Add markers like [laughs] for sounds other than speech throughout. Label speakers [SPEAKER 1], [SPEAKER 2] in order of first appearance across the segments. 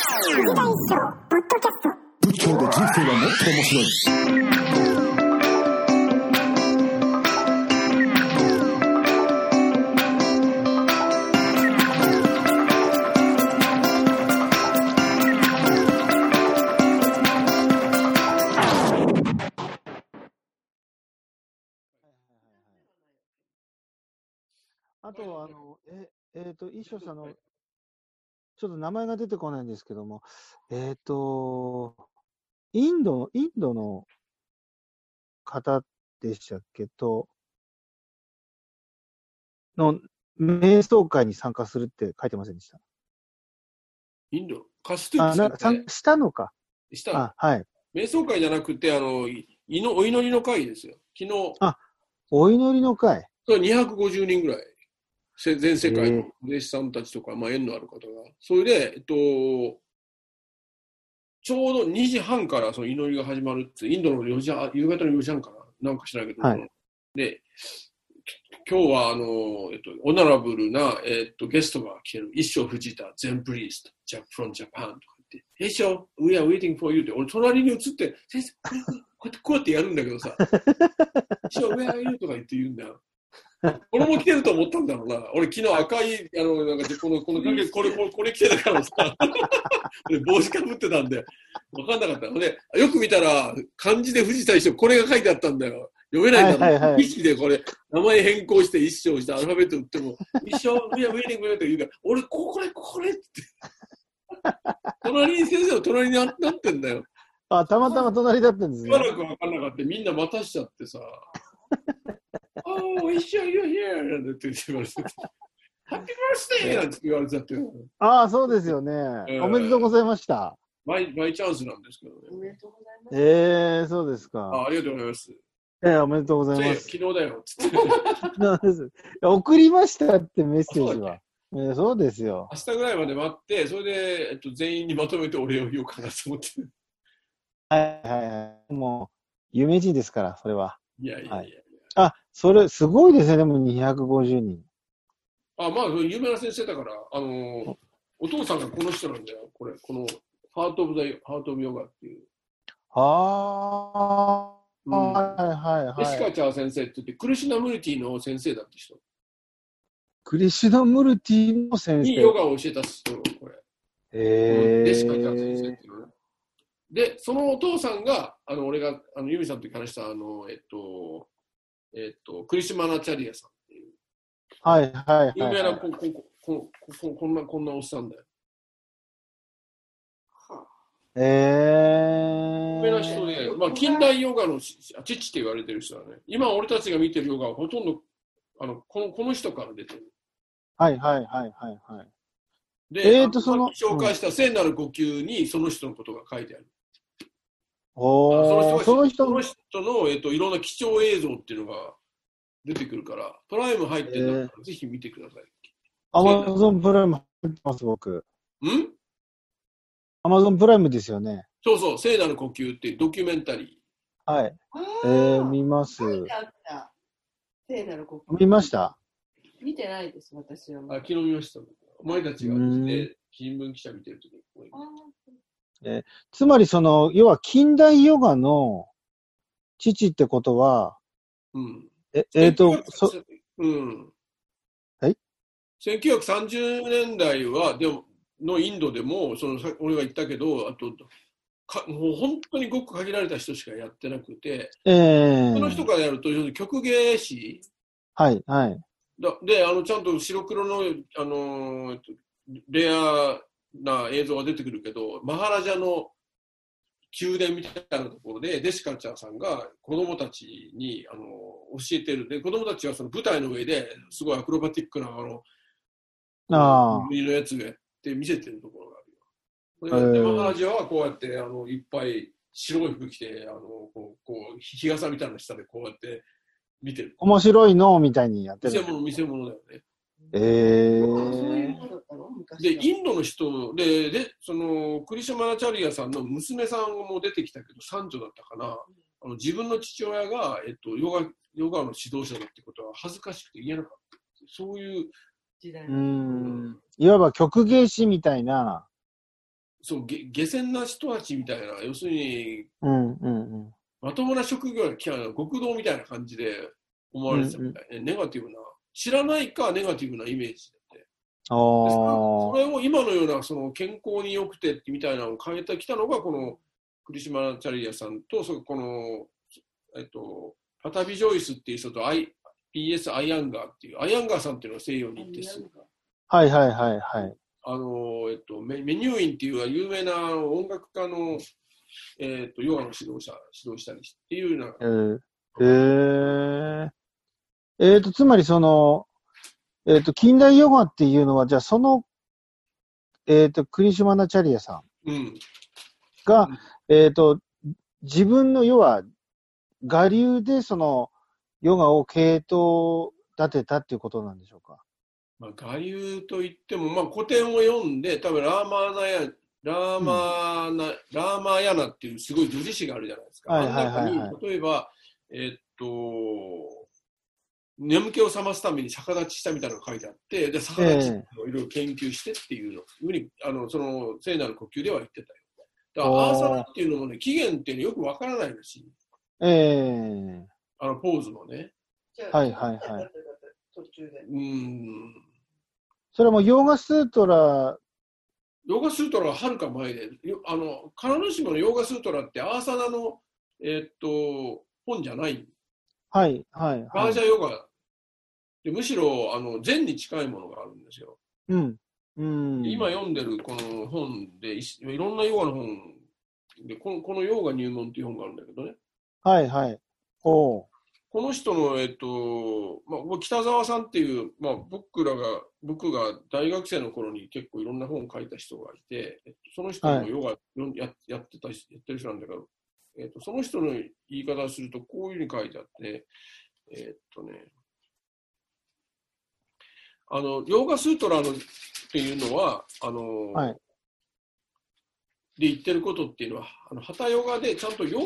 [SPEAKER 1] 劇団師匠ポッドキャスト
[SPEAKER 2] 仏教で人生はもっと面白い。
[SPEAKER 3] あとは、あの、え、えっ、と、一生さんの、ちょっと名前が出てこないんですけども、えっ、と、インドの、インドの方でしたっけと、の、瞑想会に参加するって書いてませんでした。
[SPEAKER 4] インド、カステッ
[SPEAKER 3] あ、
[SPEAKER 4] ツ
[SPEAKER 3] な
[SPEAKER 4] さ
[SPEAKER 3] んか、参
[SPEAKER 4] ん
[SPEAKER 3] 加したのか。
[SPEAKER 4] した
[SPEAKER 3] あ、はい。
[SPEAKER 4] 瞑想会じゃなくて、あの、いいのお祈りの会ですよ。昨日、
[SPEAKER 3] お祈りの会。
[SPEAKER 4] そう250人ぐらい、せ全世界
[SPEAKER 3] へえ
[SPEAKER 4] のお弟子さんたちとか、まあ、縁のある方が、それで、えっと、ちょうど2時半からその祈りが始まるって、インドの4時半、夕方の4時半かな、なんか知らないけど、
[SPEAKER 3] はい
[SPEAKER 4] で、き今日はあの、えっと、オナラブルな、えっと、ゲストが来てる、一生藤田、ゼンプリースト、ジャック・フロン・ジャパンとか言って、一生、we are waiting for you って、俺、隣に移って、先生、これこれこうやってこうやってやるんだけどさ、
[SPEAKER 3] [laughs]
[SPEAKER 4] 一生、we are you とか言って言うんだよ。俺も来てると思ったんだろうな。俺、昨日赤い、あの、なんか、この、この、これ、これ、これこれ着てたからさ、 [laughs] 俺帽子かぶってたんで、分かんなかった。ほんで、よく見たら、漢字で藤田一生、これが書いてあったんだよ。読めないんだもん。
[SPEAKER 3] はいはいはい
[SPEAKER 4] 意識でこれ、名前変更して一生して、アルファベット打っても、一生、いや、ウィーリングって言うから、俺、ここれ、これって。隣に先生の隣にななってんだよ。
[SPEAKER 3] あ、たまたま隣だったんです
[SPEAKER 4] し
[SPEAKER 3] ね
[SPEAKER 4] ば。らく分かんなかった。みんな待たしちゃっ
[SPEAKER 3] [laughs]
[SPEAKER 4] てさ。oh, Isha, you're here! なんて言われて。Happy birthday! なんて言われちゃって。
[SPEAKER 3] ああ、そうですよね
[SPEAKER 4] え。
[SPEAKER 3] おめでとうございました。
[SPEAKER 4] マイマイチャンスなんですけどね。
[SPEAKER 3] ええそうですか。
[SPEAKER 4] あありがとうございます。
[SPEAKER 3] ええおめでとうござ
[SPEAKER 4] そう
[SPEAKER 3] い
[SPEAKER 4] いや
[SPEAKER 3] ます
[SPEAKER 4] 昨。日だよ。つっ
[SPEAKER 3] [laughs]
[SPEAKER 4] て。
[SPEAKER 3] なんですいや送りましたってメッセージは。えーそうですよ。
[SPEAKER 4] 明日ぐらいまで待って、それで、えっと、全員にまとめてお礼を言おうかなと思って。 [laughs]
[SPEAKER 3] はいはいはい。もう、有名人ですから、それは。
[SPEAKER 4] いやいやいや。
[SPEAKER 3] はいあ、それ、すごいですね、でも250人。
[SPEAKER 4] あ、まあ、有名な先生だから、あのーお父さんがこの人なんだよ。これ、この、ハート・オブ・ザ・ハート・オブ・ヨガっていう。
[SPEAKER 3] ああ、
[SPEAKER 4] うん
[SPEAKER 3] はいはい
[SPEAKER 4] エシ
[SPEAKER 3] は
[SPEAKER 4] カ
[SPEAKER 3] い。
[SPEAKER 4] チャー先生って言って、クリシュナムルティの先生だって人。
[SPEAKER 3] クリシュナムルティの先
[SPEAKER 4] にヨ
[SPEAKER 3] 生。
[SPEAKER 4] ガを教えた人、これ。
[SPEAKER 3] え
[SPEAKER 4] で、シカチャー先生っ
[SPEAKER 3] ー、
[SPEAKER 4] ていうのね。で、そのお父さんが、あの、俺が、あの、ユミさんと話した、あの、えっと、えっと、クリシュマナチャリアさんっていう、
[SPEAKER 3] はいはい
[SPEAKER 4] 有
[SPEAKER 3] はい
[SPEAKER 4] 名
[SPEAKER 3] は。
[SPEAKER 4] ないこ、こ、こ、こ、こ、こんな、こんなおっさんだよ。
[SPEAKER 3] えー、
[SPEAKER 4] 有名な人で、まあ、近代ヨガのしあ父って言われてる人だね。今、俺たちが見てるヨガはほとんど、あの、この、この人から出てる。
[SPEAKER 3] はいはいはいはいはい。
[SPEAKER 4] で、
[SPEAKER 3] えーと
[SPEAKER 4] あ
[SPEAKER 3] その
[SPEAKER 4] 紹介した聖なる呼吸にその人のことが書いてある。
[SPEAKER 3] おー、
[SPEAKER 4] そ
[SPEAKER 3] そ
[SPEAKER 4] の
[SPEAKER 3] の
[SPEAKER 4] 人
[SPEAKER 3] 人
[SPEAKER 4] が
[SPEAKER 3] の、
[SPEAKER 4] その人の、えっと、いろんな貴重映像っていうのが出てくるから、プライム入ってるんだから、ぜひ見てください。
[SPEAKER 3] アマゾンプライム入ってます、僕。
[SPEAKER 4] ん
[SPEAKER 3] アマゾンプライムですよね。
[SPEAKER 4] そうそう、聖なる呼吸っていうドキュメンタリ
[SPEAKER 3] はい。
[SPEAKER 5] あ
[SPEAKER 3] え
[SPEAKER 5] ー
[SPEAKER 3] ー、見ます。
[SPEAKER 5] 書いてあった。聖なる国旗
[SPEAKER 3] 見ました
[SPEAKER 5] 見てないです、私は。
[SPEAKER 4] ー、あ昨日見ました。お前たちが
[SPEAKER 3] う
[SPEAKER 4] 見
[SPEAKER 3] ー
[SPEAKER 4] て、新聞記者見てるときにこういう
[SPEAKER 5] あー
[SPEAKER 3] つまりその、要は近代ヨガの父ってことは、
[SPEAKER 4] うん。
[SPEAKER 3] え、えーと、そ、
[SPEAKER 4] うん。
[SPEAKER 3] はい。
[SPEAKER 4] 1930年代は、でも、のインドでも、その、さ俺が言ったけど、あと、かもう本当にごく限られた人しかやってなくて、
[SPEAKER 3] ええ
[SPEAKER 4] その人からやると、要するに曲芸師
[SPEAKER 3] はい、はい。
[SPEAKER 4] だであのちゃんと白黒の、あのーえっとレアな映像が出てくるけどマハラジャの宮殿みたいなところでデシカチャーさんが子供たちに、あのー教えてるで子供たちはその舞台の上ですごいアクロバティックなあの
[SPEAKER 3] あ
[SPEAKER 4] 国のやつがやって見せてるところがあ
[SPEAKER 3] へ
[SPEAKER 4] るよ。で
[SPEAKER 3] ー
[SPEAKER 4] マハラジャはこうやってあのいっぱい白い服着てあのこうこう日傘みたいなの下でこうやって見てる。
[SPEAKER 3] あ、面白いのみたいにやって
[SPEAKER 4] 見せ
[SPEAKER 3] る。
[SPEAKER 4] 物見せ物だよね。
[SPEAKER 3] え
[SPEAKER 5] そうい
[SPEAKER 3] ー、
[SPEAKER 5] うものだったの昔
[SPEAKER 4] で、
[SPEAKER 5] は
[SPEAKER 4] インドの人で、で、その、クリシュマナチャリアさんの娘さんも出てきたけど、三女だったかな。あの自分の父親が、えっと、ヨガ、ヨガの指導者だってことは恥ずかしくて言えなかった。そういう、
[SPEAKER 5] 時代
[SPEAKER 3] う
[SPEAKER 5] の。
[SPEAKER 3] ん。いわば曲芸師みたいな、
[SPEAKER 4] そうげ下船な人たちみたいな、要するに
[SPEAKER 3] うん、うん、うん。
[SPEAKER 4] まともな職業が嫌いな極道みたいな感じで思われてたみたいね、ネガティブな、知らないかネガティブなイメージだって。
[SPEAKER 3] あ
[SPEAKER 4] で
[SPEAKER 3] あ
[SPEAKER 4] それを今のようなその健康に良くてみたいなのを変えてきたのが、このクリシュマチャリアさんと、そこの、えっと、パタビジョイスっていう人とアイ PS アイアンガーっていう、アイアンガーさんっていうのが西洋に行ってすぐ
[SPEAKER 3] はいはいはいはい。
[SPEAKER 4] あの、えっと、メメニューインっていう有名なあの音楽家の、えっと、ヨガの指導者、指導したりっていうような
[SPEAKER 3] えー、えー、えーと、つまりその、えっ、と、近代ヨガっていうのは、じゃあその、えっ、と、クリシュマナチャリアさん
[SPEAKER 4] うん、
[SPEAKER 3] が
[SPEAKER 4] うん、
[SPEAKER 3] えっ、と、自分の要は、我流でその、ヨガを系統立てたっていうことなんでしょうか。
[SPEAKER 4] まあ、我流といっても、まあ、古典を読んで、多分ラーマーナヤ、ラーマーナ、ラーマーヤナっていうすごい女子誌があるじゃないですか。
[SPEAKER 3] はいはいはいはい
[SPEAKER 4] あの中に例えば、えっと、眠気を覚ますために逆立ちしたみたいなのが書いてあって、で、逆立ちをいろいろ研究してっていうの、ふうに、あの、その、聖なる呼吸では言ってたよ。だから、
[SPEAKER 3] おー
[SPEAKER 4] アーサナっていうのもね、起源っていうのよくわからないらしい。
[SPEAKER 3] ええ
[SPEAKER 4] あの、ポーズのね。
[SPEAKER 3] はいはいはい。
[SPEAKER 5] 途中で。
[SPEAKER 4] うん。
[SPEAKER 3] それはもうヨガスートラ、
[SPEAKER 4] ヨガスートラははるか前で、よあの必ずしもヨガスートラってアーサナの、えーっと本じゃない、
[SPEAKER 3] はい、はい、は
[SPEAKER 4] バージ
[SPEAKER 3] い。
[SPEAKER 4] ャヨガ、でむしろあの禅に近いものがあるんですよ。
[SPEAKER 3] うん。うん。
[SPEAKER 4] 今読んでるこの本でいし、いろんなヨガの本でこの、このヨガ入門っていう本があるんだけどね、
[SPEAKER 3] はい、はい。おう。
[SPEAKER 4] この人の、えーっとまあ、僕北沢さんっていう、まあ、僕らが、僕が大学生の頃に結構いろんな本を書いた人がいて、えっとその人もヨガよんややってたしやってる人なんだけど、えっと、その人の言い方をすると、こういうふうに書いてあって、えっとね、あの、ヨガスートラのっていうのは、あの、
[SPEAKER 3] はい
[SPEAKER 4] で言ってることっていうのは、あの、旗ヨガでちゃんとヨガ、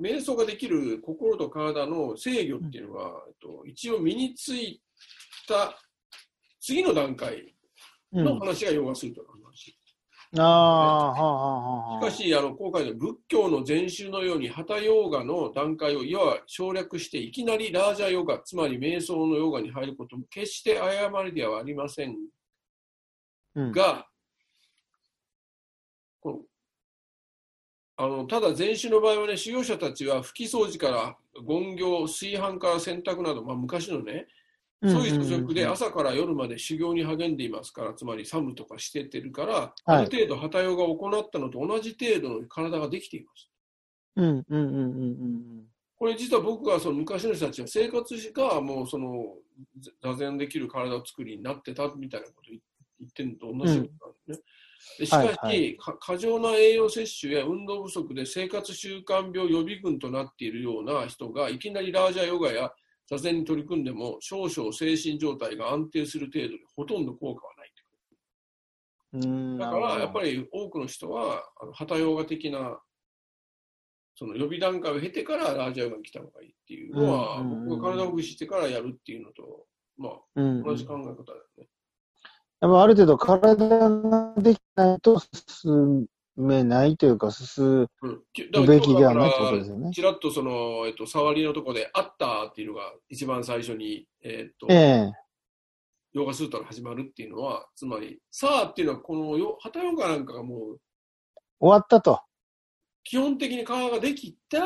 [SPEAKER 4] 瞑想ができる心と体の制御っていうのが、えっと、一応身についた次の段階
[SPEAKER 3] う
[SPEAKER 4] の
[SPEAKER 3] ん。
[SPEAKER 4] 話がヨガスートラの話。
[SPEAKER 3] ああ、はあ、はあ、はあ。
[SPEAKER 4] しかし、あの今回の仏教の禅宗のように、旗ヨガの段階をいわば省略して、いきなりラージャヨガ、つまり瞑想のヨガに入ることも決して誤りではありません
[SPEAKER 3] うん、
[SPEAKER 4] が、このあのただ、禅宗の場合はね、修行者たちは拭き掃除から権行、炊飯から洗濯など、まあ、昔のね、そういう所属で朝から夜まで修行に励んでいますから、つまりサムとかしててるから、ある程度、旗ヨガを行ったのと同じ程度の体ができています。
[SPEAKER 3] うんうんうんうんうん
[SPEAKER 4] これ実は僕がその昔の人たちは生活しかもうそのざ座禅できる体を作りになってたみたいなこと言言ってるのと同じことなんですね。
[SPEAKER 3] はい
[SPEAKER 4] でしかし、か過剰な栄養摂取や運動不足で生活習慣病予備軍となっているような人がいきなりラージャヨガや座禅に取り組んでも少々精神状態が安定する程度でほとんど効果はない。
[SPEAKER 3] うん。
[SPEAKER 4] だからやっぱ
[SPEAKER 3] り。
[SPEAKER 4] り多くの人は、あの旗ヨガ的な、その予備段階を経てからラージャヨガに来た方がいいっていうのは、
[SPEAKER 3] うんうんうんうん
[SPEAKER 4] 僕が体をほぐしてからやるっていうのと、まあ、
[SPEAKER 3] うんうん、
[SPEAKER 4] 同じ
[SPEAKER 3] やっ
[SPEAKER 4] 考え方だよね。
[SPEAKER 3] ぱある程度体ができないと進めないというか、進
[SPEAKER 4] うんきだ
[SPEAKER 3] む
[SPEAKER 4] から
[SPEAKER 3] べ
[SPEAKER 4] 今日
[SPEAKER 3] き
[SPEAKER 4] だ
[SPEAKER 3] で
[SPEAKER 4] か
[SPEAKER 3] はないってことで
[SPEAKER 4] ら
[SPEAKER 3] すよね。
[SPEAKER 4] ちらっとその、えっと、触りのとこで、あったっていうのが、一番最初に、えっと、
[SPEAKER 3] ええ
[SPEAKER 4] ヨガスートラ始まるっていうのは、つまり、さあっていうのは、このヨ、旗ヨガなんかがもう、
[SPEAKER 3] 終わったと。
[SPEAKER 4] 基本的に体ができた、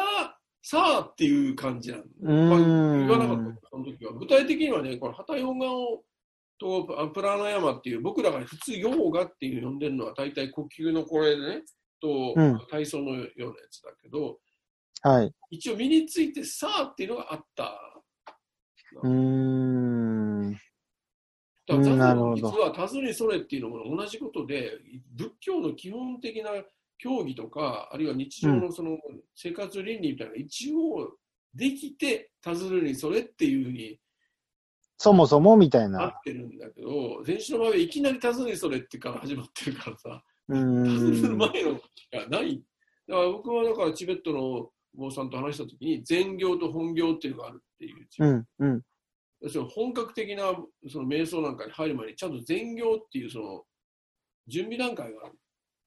[SPEAKER 4] さあっていう感じなの。
[SPEAKER 3] う
[SPEAKER 4] まあ
[SPEAKER 3] ん。
[SPEAKER 4] 言わなかった、その時は。具体的にはね、この旗ヨガをとあプラーナヤマっていう、僕らが普通ヨーガっていう呼んでるのは、大体呼吸のこれね、と、
[SPEAKER 3] うん
[SPEAKER 4] 体操のようなやつだけど、
[SPEAKER 3] はい。
[SPEAKER 4] 一応身についてさあっていうのがあった。
[SPEAKER 3] うーん。
[SPEAKER 4] だから
[SPEAKER 3] なるほど
[SPEAKER 4] 実は多数にそれっていうのも同じことで、仏教の基本的な教義とか、あるいは日常のその生活倫理みたいなのが一応できて、多数にそれっていうふうに
[SPEAKER 3] そもそもみたい
[SPEAKER 4] 合
[SPEAKER 3] な。
[SPEAKER 4] ってるんだけど、前週の場合はいきなり尋ねそれってから始まってるからさ、
[SPEAKER 3] う
[SPEAKER 4] 尋ねる
[SPEAKER 3] ん。
[SPEAKER 4] 前のがない。だから僕はだからチベットのお坊さんと話した時に、禅行と本行っていうのがあるっていう。
[SPEAKER 3] うん。うん。
[SPEAKER 4] 要するに本格的なその瞑想なんかに入る前に、ちゃんと禅行っていうその準備段階がある。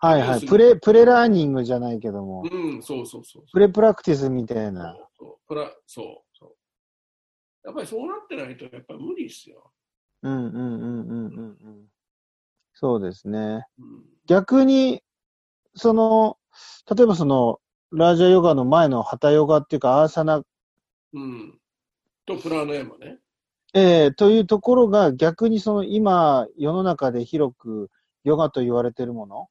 [SPEAKER 3] はいはい。プレ、プレラーニングじゃないけども、
[SPEAKER 4] うん、そうそうそう
[SPEAKER 3] プ
[SPEAKER 4] そう。
[SPEAKER 3] レプラクティスみたいな。
[SPEAKER 4] そうプラそうそう。やっぱりそうなってないと、やっぱり無理ですよ。
[SPEAKER 3] うんうんうんうんうんうん。そうですね。
[SPEAKER 4] うん、
[SPEAKER 3] 逆に、その、例えばその、ラージャヨガの前のハタヨガっていうか、アーサナ、
[SPEAKER 4] うん、と、プラーの山ね。
[SPEAKER 3] えーというところが逆にその今、世の中で広くヨガと言われているもの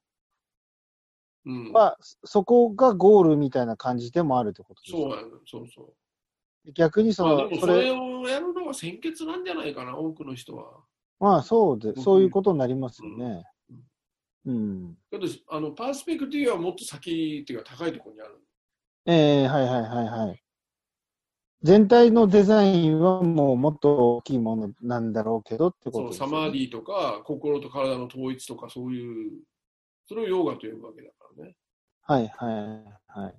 [SPEAKER 4] うん、
[SPEAKER 3] は、そこがゴールみたいな感じでもあるってことですか
[SPEAKER 4] そうやねそうそう。
[SPEAKER 3] 逆にそ
[SPEAKER 4] まあ、
[SPEAKER 3] の
[SPEAKER 4] で、も
[SPEAKER 3] そ
[SPEAKER 4] そ
[SPEAKER 3] れ
[SPEAKER 4] れ、をやるのは先決なんじゃないかな、多くの人は。
[SPEAKER 3] まあそうで
[SPEAKER 4] う、ん
[SPEAKER 3] そういうことになりますよね。うん。
[SPEAKER 4] けど、あのパースペクティブはもっと先っていうか、高いところにある。
[SPEAKER 3] ええはいはいはいはい。全体のデザインはもうもっと大きいものなんだろうけどってこ
[SPEAKER 4] そ
[SPEAKER 3] と
[SPEAKER 4] う
[SPEAKER 3] です
[SPEAKER 4] サ
[SPEAKER 3] よね
[SPEAKER 4] マーディとか、心と体の統一とか、そういう、それをヨーガと呼ぶわけだからね。
[SPEAKER 3] はいはいはい。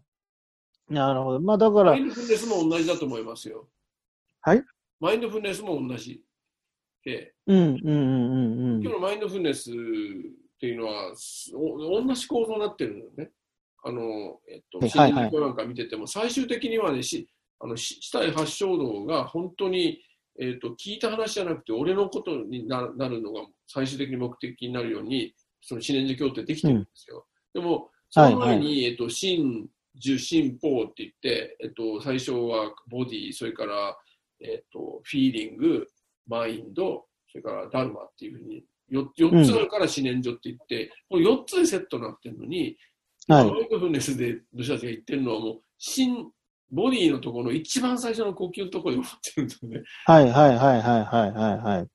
[SPEAKER 3] なるほど。まあだか
[SPEAKER 4] マ
[SPEAKER 3] ら
[SPEAKER 4] イ、ンドフルネスも同じだと思いますよ。
[SPEAKER 3] はい
[SPEAKER 4] マインドフルネスも同じ。で、
[SPEAKER 3] うんうんうんうんう
[SPEAKER 4] 今
[SPEAKER 3] ん。
[SPEAKER 4] 日のマインドフルネスっていうのは、すお同じ構造になってるのよね。あの、えっと、
[SPEAKER 3] はいは
[SPEAKER 4] 心理
[SPEAKER 3] い
[SPEAKER 4] 学なんか見てても、最終的にはね、しあのし死体発症動が本当に、えっと、聞いた話じゃなくて、俺のことにななるのが最終的に目的になるように、その四念寺教ってできてるんですよ。でも、その前に、えっと、心、受心法って言って、えっと、最初はボディ、それから、えっと、フィーリング、マインド、それからダルマっていうふうに、よ4つあるから四念所って言って、この4つでセットになってるのに、
[SPEAKER 3] は
[SPEAKER 4] ロ
[SPEAKER 3] い。
[SPEAKER 4] イドフルネスで私たちが言ってるのはもう、心、ボディのところの一番最初の呼吸のところで終わってるんですよね。
[SPEAKER 3] はいはいはいはいはいはいはい。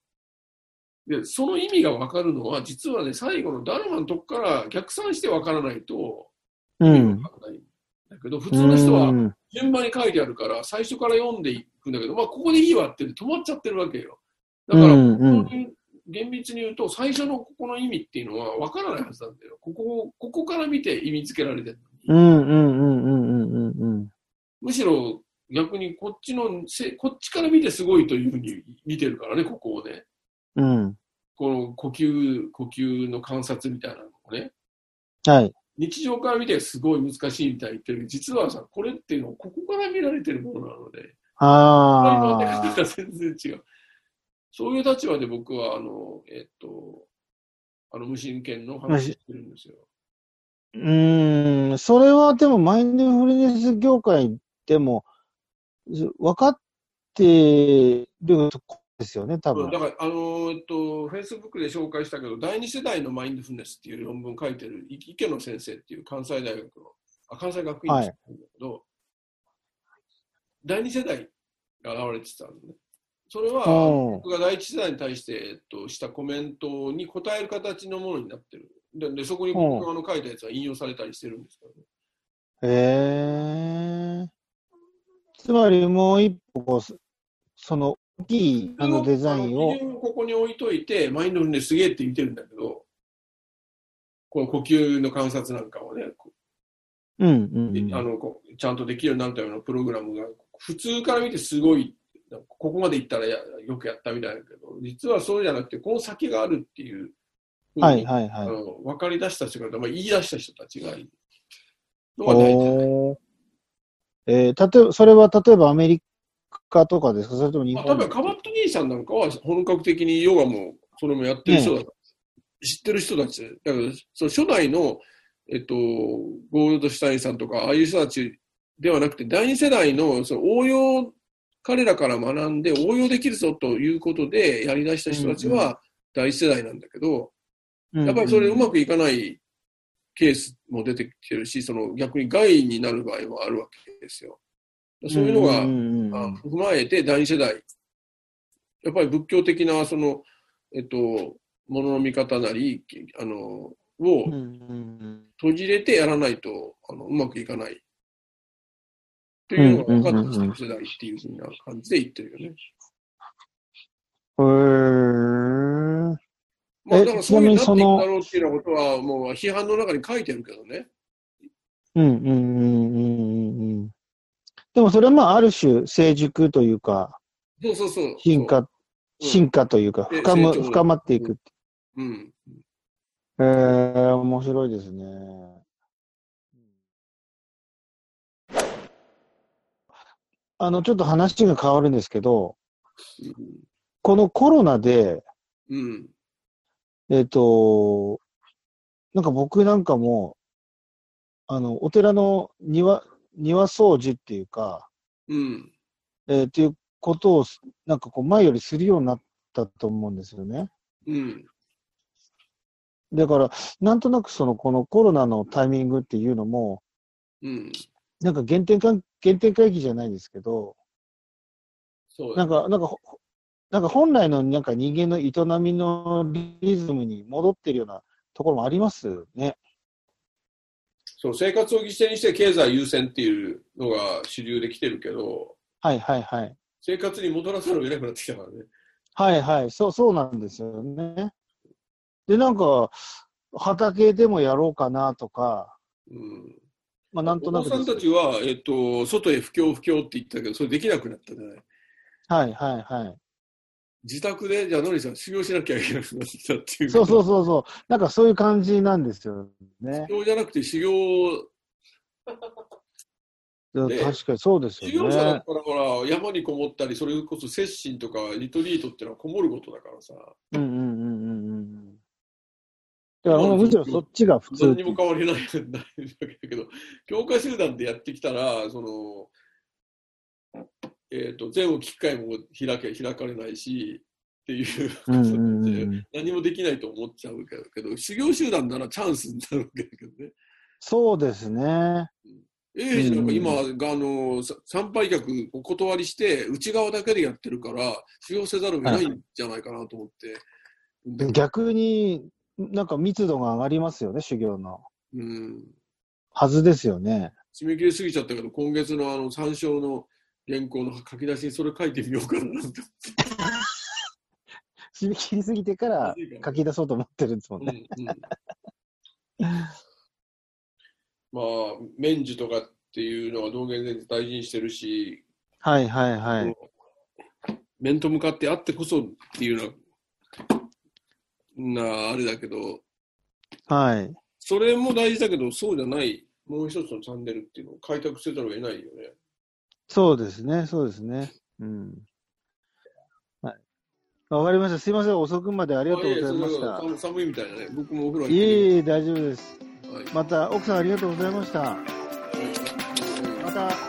[SPEAKER 4] で、その意味がわかるのは、実はね、最後のダルマのとこから逆算してわからないと、
[SPEAKER 3] う
[SPEAKER 4] 意味
[SPEAKER 3] ん。
[SPEAKER 4] わからないんだけど、普通の人は
[SPEAKER 3] うん
[SPEAKER 4] 順番に書いてあるから、最初から読んでいくんだけど、まあ、ここでいいわって止まっちゃってるわけよ。だから、
[SPEAKER 3] うんうん
[SPEAKER 4] そういう厳密に言うと、最初のここの意味っていうのは分からないはずなんだよ。ここをここから見て意味付けられてるのに
[SPEAKER 3] うんうんうんうんうんうん
[SPEAKER 4] むしろ逆にこっちのせ、こっちから見てすごいというふうに見てるからね、ここをね。
[SPEAKER 3] うん。うん。
[SPEAKER 4] この呼吸、呼吸の観察みたいなのをね。
[SPEAKER 3] はい。
[SPEAKER 4] 日常から見てすごい難しいみたいに言ってるけど、実はさ、これっていうのをここから見られてるものなので、
[SPEAKER 3] あ
[SPEAKER 4] 考え方が全然違う。そういう立場で僕は、あの、えっと、あの無神権の話してるんですよ。
[SPEAKER 3] ー。うーん。それはでもマインドフルネス業界でも、ず分かってるとこですよね、多
[SPEAKER 4] うんだ
[SPEAKER 3] 分。
[SPEAKER 4] から、あのえっと、フェイスブックで紹介したけど、第二世代のマインドフルネスっていう論文書いてるい池野先生っていう関西大学の、あ関西学院の人なんだけど、第二世代が現れてたのね。それは、
[SPEAKER 3] うん
[SPEAKER 4] 僕が第一世代に対して、えっと、したコメントに答える形のものになってる。で、でそこに
[SPEAKER 3] う
[SPEAKER 4] 僕
[SPEAKER 3] ん
[SPEAKER 4] があの書いたやつは引用されたりしてるんですけどね。
[SPEAKER 3] へえ。つまりもう一歩こう、そその大きいあのデザイン
[SPEAKER 4] あの
[SPEAKER 3] を
[SPEAKER 4] 基、準をここに置いといて、マインドフルネスすげえって見てるんだけど、この呼吸の観察なんかをね、こ
[SPEAKER 3] うん
[SPEAKER 4] う
[SPEAKER 3] うん
[SPEAKER 4] あのこうちゃんとできるようになるためのプログラムが、普通から見てすごい、なんかここまで行ったらやよくやったみたいだけど、実はそうじゃなくて、この先があるっていうふう
[SPEAKER 3] うん。
[SPEAKER 4] に
[SPEAKER 3] はいはい
[SPEAKER 4] あ
[SPEAKER 3] はい。
[SPEAKER 4] の分かり出した人が、まあ、言い出した人たちがいるのが大事じゃない
[SPEAKER 3] おーえー、例えば、それは例えばアメリカとかですかそれとも日
[SPEAKER 4] まあ、
[SPEAKER 3] 本
[SPEAKER 4] 多分カバット兄さんなんかは本格的にヨガもそれもやってる人だ、知ってる人たちだからその初代の、えっと、ゴールドシュタインさんとかああいう人たちではなくて第二世代のその応用彼らから学んで応用できるぞということでやりだした人たち
[SPEAKER 3] うん
[SPEAKER 4] は第一世代なんだけど、
[SPEAKER 3] や
[SPEAKER 4] やっぱりそれうまくいかないケースも出てきてるしその逆に害になる場合もあるわけですよ。そういうのが、あ
[SPEAKER 3] の
[SPEAKER 4] 踏まえて第二世代、やっぱり仏教的なその、えっと、ものの見方なりあのを閉じれてやらないとあのうまくいかないというのが分かってきてる世代っていうふうな感じで言ってるよね。
[SPEAKER 3] が、へえ。
[SPEAKER 4] まあ、
[SPEAKER 3] え
[SPEAKER 4] だからそう
[SPEAKER 3] ちな
[SPEAKER 4] いうふうになってい
[SPEAKER 3] みにそ
[SPEAKER 4] く
[SPEAKER 3] の
[SPEAKER 4] だろうっていうようなことはもう批判の中に書いてるけどね。
[SPEAKER 3] うんうんうんうんうんうん。でもそれはまあある種成熟というか、
[SPEAKER 4] そうそうそう。
[SPEAKER 3] 進化、
[SPEAKER 4] うん
[SPEAKER 3] 進化というか、
[SPEAKER 4] で
[SPEAKER 3] 深む、
[SPEAKER 4] 成長
[SPEAKER 3] 深まっていく。
[SPEAKER 4] うん。
[SPEAKER 3] えー、面白いですね。あの、ちょっと話が変わるんですけど、このコロナで、
[SPEAKER 4] うん。
[SPEAKER 3] えっ、と、なんか僕なんかも、あの、お寺の庭、庭掃除っていうか、
[SPEAKER 4] うん。
[SPEAKER 3] えーっていうことをす、なんかこう、前よりするようになったと思うんですよね。
[SPEAKER 4] うん。
[SPEAKER 3] だから、なんとなくその、このコロナのタイミングっていうのも、
[SPEAKER 4] うん。
[SPEAKER 3] なんか原点かん原点回帰じゃないですけど、
[SPEAKER 4] そう
[SPEAKER 3] な
[SPEAKER 4] だ
[SPEAKER 3] んか、なんかほ、なんか本来のなんか人間の営みのリズムに戻ってるようなところもありますね。
[SPEAKER 4] そう生活を犠牲にして経済優先っていうのが主流で来てるけど、
[SPEAKER 3] はいはいはい。
[SPEAKER 4] 生活に戻らざるを得なくなってきたからね。
[SPEAKER 3] はいはい。そう、そうなんですよね。で、なんか、畑でもやろうかなとか、
[SPEAKER 4] うん、
[SPEAKER 3] まあなんとなく
[SPEAKER 4] お父
[SPEAKER 3] です
[SPEAKER 4] さんたちは、えっと、外へ不況不況って言ったけど、それできなくなったじゃない。
[SPEAKER 3] はいはいはい。
[SPEAKER 4] 自宅で、じゃあ、のりさん、修行しなきゃいけなくなってきたっていう。
[SPEAKER 3] そうそうそうそう。なんかそういう感じなんですよね。
[SPEAKER 4] 修行じゃなくて、修行、
[SPEAKER 3] 確かにそうです
[SPEAKER 4] 修
[SPEAKER 3] よ
[SPEAKER 4] 行者だ
[SPEAKER 3] ね
[SPEAKER 4] か。ら、ほら、山にこもったり、それこそ接心とかリトリートってのはこもることだからさ、
[SPEAKER 3] うんうんうんうんうん。だからもうむしろそっちが普通
[SPEAKER 4] 何
[SPEAKER 3] って
[SPEAKER 4] に
[SPEAKER 3] いう
[SPEAKER 4] も変わりないないわけだけど、教会集団でやってきたら、その、えっ、と、全部機会も開け、開かれないし、っていう、
[SPEAKER 3] うんうんうんうん
[SPEAKER 4] 何もできないと思っちゃうけど、修行集団ならチャンスになるわけだけどね。
[SPEAKER 3] そうですね。
[SPEAKER 4] ええなんか今、あの、さ参拝客お断りして、内側だけでやってるから、修行せざるを得ないんじゃないかなと思って。
[SPEAKER 3] で逆になんか密度が上がりますよね、修行の。
[SPEAKER 4] うん。
[SPEAKER 3] はずですよね。
[SPEAKER 4] 締め切りすぎちゃったけど、今月のあの、参照の原稿の書き出しにそれ書いてみようかな
[SPEAKER 3] [laughs]
[SPEAKER 4] と思って。
[SPEAKER 3] 締め切りすぎてから書き出そうと思ってるんですもん
[SPEAKER 4] う
[SPEAKER 3] ね。
[SPEAKER 4] んうんまあ、免除とかっていうのは道元先生大事にしてるし、
[SPEAKER 3] はいはいはい。
[SPEAKER 4] 面と向かってあってこそっていうのは、なあれだけど、
[SPEAKER 3] はい。
[SPEAKER 4] それも大事だけど、そうじゃない、もう一つのチャンネルっていうのを開拓せざるを得ないよね。
[SPEAKER 3] そうですね、そうですね。うん。はい。わかりました。すいません。遅くまでありがとうございまし
[SPEAKER 4] あ
[SPEAKER 3] た
[SPEAKER 4] いえそれは寒寒いみたいなね、僕もお風呂。
[SPEAKER 3] い
[SPEAKER 4] 入って
[SPEAKER 3] えいえ、大丈夫です。
[SPEAKER 4] はい
[SPEAKER 3] また、奥さんありがとうございました。また。